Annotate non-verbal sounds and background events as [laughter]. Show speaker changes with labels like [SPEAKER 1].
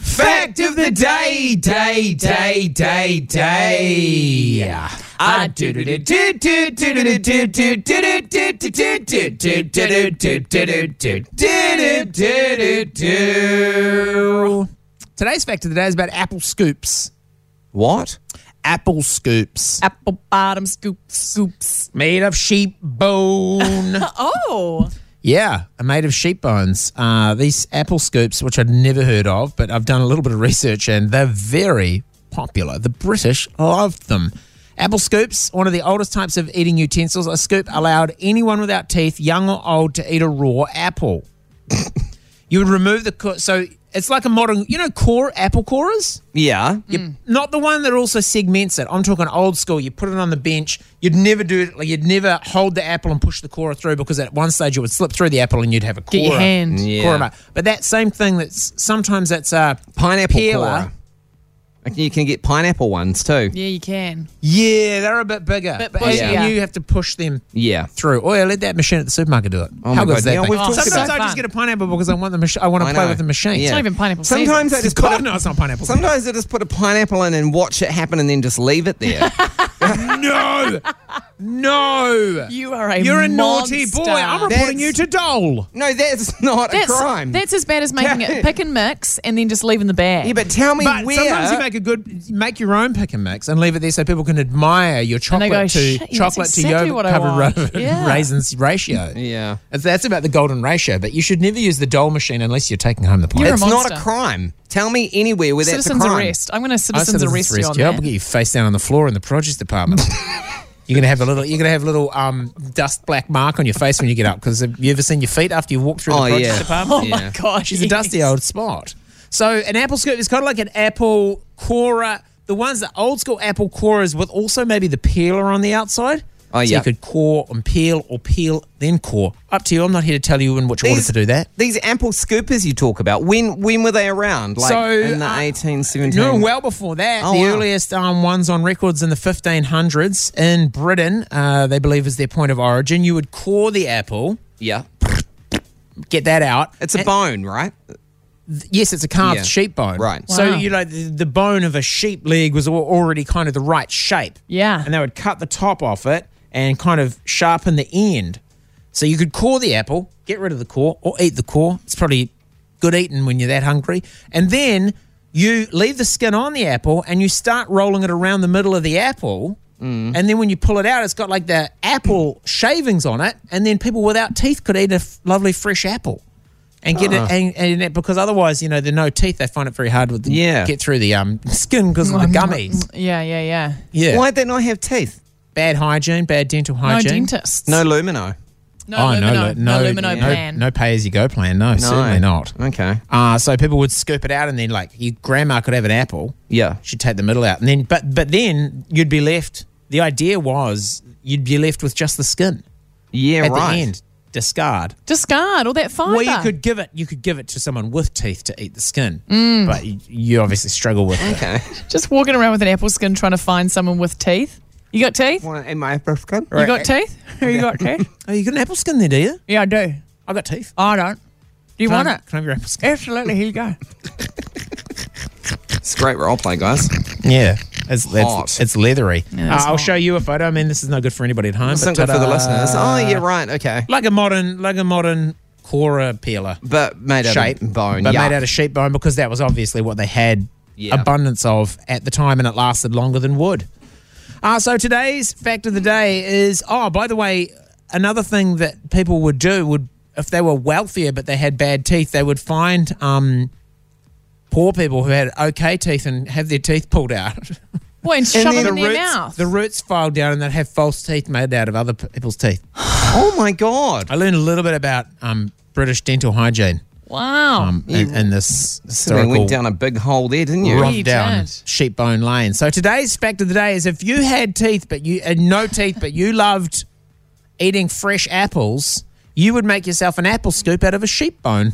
[SPEAKER 1] Fact of the day, day, day, day, day. Ah, do-do-do-do-do-do-do-do-do-do-do-do-do-do-do-do.
[SPEAKER 2] Today's fact of the day is about apple scoops.
[SPEAKER 1] What?
[SPEAKER 2] Apple scoops.
[SPEAKER 3] Apple bottom scoop scoops.
[SPEAKER 2] made of sheep bone.
[SPEAKER 3] Oh,
[SPEAKER 2] yeah, are made of sheep bones. Uh, these apple scoops, which I'd never heard of, but I've done a little bit of research and they're very popular. The British loved them. Apple scoops, one of the oldest types of eating utensils. A scoop allowed anyone without teeth, young or old, to eat a raw apple. you would remove the core. So it's like a modern, you know, core apple corers?
[SPEAKER 1] Yeah.
[SPEAKER 3] Hmm.
[SPEAKER 2] not the one that also segments it. I'm talking old school. You put it on the bench. You'd never do it. Like you'd never hold the apple and push the cora through because at one stage it would slip through the apple and you'd have a cora.
[SPEAKER 3] get your hand.
[SPEAKER 1] Yeah.
[SPEAKER 2] Cora mark. But that same thing. That's sometimes that's uh, a
[SPEAKER 1] Pineapple
[SPEAKER 2] peeler.
[SPEAKER 1] corer. Like, You can get pineapple ones too.
[SPEAKER 3] Yeah, you can.
[SPEAKER 2] Yeah, they're a bit bigger.
[SPEAKER 3] Bit
[SPEAKER 2] but even
[SPEAKER 3] bigger.
[SPEAKER 2] you have to push them
[SPEAKER 1] Yeah.
[SPEAKER 2] through. Oh, yeah, let that machine at the supermarket do it.
[SPEAKER 1] Oh
[SPEAKER 2] How
[SPEAKER 1] my
[SPEAKER 2] good is
[SPEAKER 1] God,
[SPEAKER 2] that?
[SPEAKER 1] yeah,
[SPEAKER 2] thing?
[SPEAKER 1] we've talked
[SPEAKER 2] sometimes
[SPEAKER 3] about
[SPEAKER 2] I
[SPEAKER 3] that.
[SPEAKER 2] just get a pineapple because I want the machine. I want
[SPEAKER 1] I
[SPEAKER 2] to play
[SPEAKER 1] know.
[SPEAKER 2] with the machine.
[SPEAKER 1] Yeah.
[SPEAKER 2] It's
[SPEAKER 3] not even pineapple
[SPEAKER 1] Sometimes
[SPEAKER 3] season.
[SPEAKER 1] I just put
[SPEAKER 2] God,
[SPEAKER 1] a,
[SPEAKER 2] no, it's not pineapple. season.
[SPEAKER 1] Sometimes I just put a pineapple in and watch it happen and then just leave it there.
[SPEAKER 2] [laughs] [laughs] no, no.
[SPEAKER 3] You are a
[SPEAKER 2] You're a
[SPEAKER 3] monster.
[SPEAKER 2] naughty boy. I'm
[SPEAKER 1] That's-
[SPEAKER 2] reporting you to Dole.
[SPEAKER 1] no, that's not
[SPEAKER 3] That's,
[SPEAKER 1] a crime.
[SPEAKER 3] that's as bad as making
[SPEAKER 1] Yeah.
[SPEAKER 3] it pick and mix and then just leaving the bag.
[SPEAKER 1] yeah, but tell me
[SPEAKER 2] But
[SPEAKER 1] where.
[SPEAKER 2] sometimes you make a good, make your own pick and mix and leave it there so people can admire your
[SPEAKER 3] they
[SPEAKER 2] chocolate
[SPEAKER 3] go,
[SPEAKER 2] to
[SPEAKER 3] "Shit, yeah, that's
[SPEAKER 2] chocolate to
[SPEAKER 3] exactly
[SPEAKER 2] yogurt
[SPEAKER 3] what I
[SPEAKER 2] covered
[SPEAKER 3] want."
[SPEAKER 2] ra-
[SPEAKER 3] Yeah.
[SPEAKER 2] raisins ratio.
[SPEAKER 1] yeah.
[SPEAKER 2] That's- That's about the golden ratio. But you should never use the dole machine unless you're taking home the pie.
[SPEAKER 3] You're a
[SPEAKER 1] It's not a
[SPEAKER 3] monster.
[SPEAKER 1] crime. Tell me anywhere where that's a
[SPEAKER 3] citizens
[SPEAKER 1] crime.
[SPEAKER 3] arrest. I'm going to
[SPEAKER 2] I said
[SPEAKER 3] citizens
[SPEAKER 2] this is
[SPEAKER 3] arrest you on
[SPEAKER 2] risky. I'll
[SPEAKER 3] that.
[SPEAKER 2] get you face down on the floor in the produce department.
[SPEAKER 3] [laughs]
[SPEAKER 2] You're gonna have a little. You're gonna have a little um, dust black mark on your face when you get up. Because have you ever seen your feet after you walk through
[SPEAKER 1] Oh
[SPEAKER 2] the produce
[SPEAKER 1] yeah.
[SPEAKER 3] [laughs] Oh my
[SPEAKER 1] Yeah.
[SPEAKER 3] gosh,
[SPEAKER 2] She's a dusty old spot. So an apple scoop is kind of like an apple cora. The ones that old school apple coras with also maybe the peeler on the outside.
[SPEAKER 1] Oh,
[SPEAKER 2] So
[SPEAKER 1] yeah.
[SPEAKER 2] you could core and peel or peel then core. Up to you. I'm not here to tell you in which order to do that.
[SPEAKER 1] These apple scoopers you talk about. When when were they around? Like
[SPEAKER 2] So,
[SPEAKER 1] in the
[SPEAKER 2] uh,
[SPEAKER 1] eighteen seventeen.
[SPEAKER 2] No, well before that,
[SPEAKER 1] Oh,
[SPEAKER 2] the
[SPEAKER 1] wow.
[SPEAKER 2] earliest um, ones on records in the 1500s in Britain, uh, they believe is their point of origin. You would core the apple,
[SPEAKER 1] Yeah.
[SPEAKER 2] get that out.
[SPEAKER 1] It's a
[SPEAKER 2] and-
[SPEAKER 1] bone, right?
[SPEAKER 2] Yes, it's a calf's
[SPEAKER 1] Yeah.
[SPEAKER 2] sheep bone.
[SPEAKER 1] Right.
[SPEAKER 2] So
[SPEAKER 3] Wow.
[SPEAKER 2] you know the, the bone of a sheep leg was al- already kind of the right shape.
[SPEAKER 3] Yeah.
[SPEAKER 2] And they would cut the top off it and kind of sharpen the end. So you could core the apple, get rid of the core, or eat the core. It's probably good eating when you're that hungry. And then you leave the skin on the apple and you start rolling it around the middle of the apple.
[SPEAKER 1] Mm.
[SPEAKER 2] And then when you pull it out, it's got like the apple shavings on it. And then people without teeth could eat a f- lovely fresh apple and get
[SPEAKER 1] Uh.
[SPEAKER 2] it and, and it- because otherwise you know the no teeth they find it very hard with the,
[SPEAKER 1] Yeah.
[SPEAKER 2] get through the um [laughs] skin because of
[SPEAKER 3] [laughs]
[SPEAKER 2] the gummies
[SPEAKER 3] mm, Yeah, yeah, yeah.
[SPEAKER 2] yeah
[SPEAKER 1] Why'd they not have teeth?
[SPEAKER 2] bad hygiene bad dental
[SPEAKER 3] No
[SPEAKER 2] hygiene Oh,
[SPEAKER 3] dentists.
[SPEAKER 1] No lumino.
[SPEAKER 3] Oh, no lumino. No, lumino plan.
[SPEAKER 2] no pay as you go plan no, certainly not
[SPEAKER 1] Okay.
[SPEAKER 2] uh, so people would scoop it out and then like your grandma could have an apple
[SPEAKER 1] Yeah.
[SPEAKER 2] she'd take the middle out and then but but then you'd be left the idea was you'd be left with just the skin
[SPEAKER 1] Yeah,
[SPEAKER 2] at
[SPEAKER 1] right.
[SPEAKER 2] the end discard
[SPEAKER 3] Discard all that fiber.
[SPEAKER 2] Well, you could give it. You could give it to someone with teeth to eat the skin,
[SPEAKER 3] Mm.
[SPEAKER 2] but you, you obviously struggle with it.
[SPEAKER 1] Okay.
[SPEAKER 3] Just walking around with an apple skin trying to find someone with teeth. You got teeth?
[SPEAKER 1] Want to eat my apple skin?
[SPEAKER 3] You got teeth? [laughs] Who you got teeth?
[SPEAKER 2] Oh, you got an apple skin there, do you? Oh,
[SPEAKER 3] Yeah, I do.
[SPEAKER 2] I got teeth.
[SPEAKER 3] I don't. Do you
[SPEAKER 2] Can I-
[SPEAKER 3] want it?
[SPEAKER 2] Can I have your apple skin?
[SPEAKER 3] Absolutely. Here you go.
[SPEAKER 1] It's great role
[SPEAKER 2] [laughs]
[SPEAKER 1] play, guys.
[SPEAKER 2] Yeah, it's
[SPEAKER 1] Hot.
[SPEAKER 2] it's, it's leathery.
[SPEAKER 3] Yeah, it's
[SPEAKER 2] uh, I'll
[SPEAKER 3] hot.
[SPEAKER 2] show you a photo. I mean, this is no good for anybody at home.
[SPEAKER 1] It's
[SPEAKER 2] but
[SPEAKER 1] not good for the
[SPEAKER 2] ta-da.
[SPEAKER 1] listeners. Oh, yeah, right. Okay.
[SPEAKER 2] Like a modern, like a modern Cora peeler
[SPEAKER 1] But made out
[SPEAKER 2] shape
[SPEAKER 1] of bone.
[SPEAKER 2] but
[SPEAKER 1] yeah.
[SPEAKER 2] made out of sheep bone because that was obviously what they had
[SPEAKER 1] Yeah.
[SPEAKER 2] abundance of at the time, and it lasted longer than wood. Uh, so today's fact of the day is oh, by the way, another thing that people would do would if they were wealthier but they had bad teeth, they would find um, poor people who had okay teeth and have their teeth pulled out.
[SPEAKER 3] Boy, and shove
[SPEAKER 1] then
[SPEAKER 3] them in
[SPEAKER 1] the
[SPEAKER 3] their
[SPEAKER 1] roots-
[SPEAKER 3] mouth.
[SPEAKER 2] [laughs] the roots filed down, and they'd have false teeth made out of other p- people's teeth.
[SPEAKER 1] Oh, my God.
[SPEAKER 2] I learned a little bit about um, British dental hygiene
[SPEAKER 3] wow.
[SPEAKER 2] um, in, in this
[SPEAKER 1] So
[SPEAKER 2] historical.
[SPEAKER 1] we Mm. went down a big hole there, didn't you?
[SPEAKER 3] Right.
[SPEAKER 2] Run
[SPEAKER 3] You
[SPEAKER 2] down
[SPEAKER 3] did.
[SPEAKER 2] sheep bone lane. So today's fact of the day is if you had teeth but you and no teeth but you loved eating fresh apples, you would make yourself an apple scoop out of a sheep bone.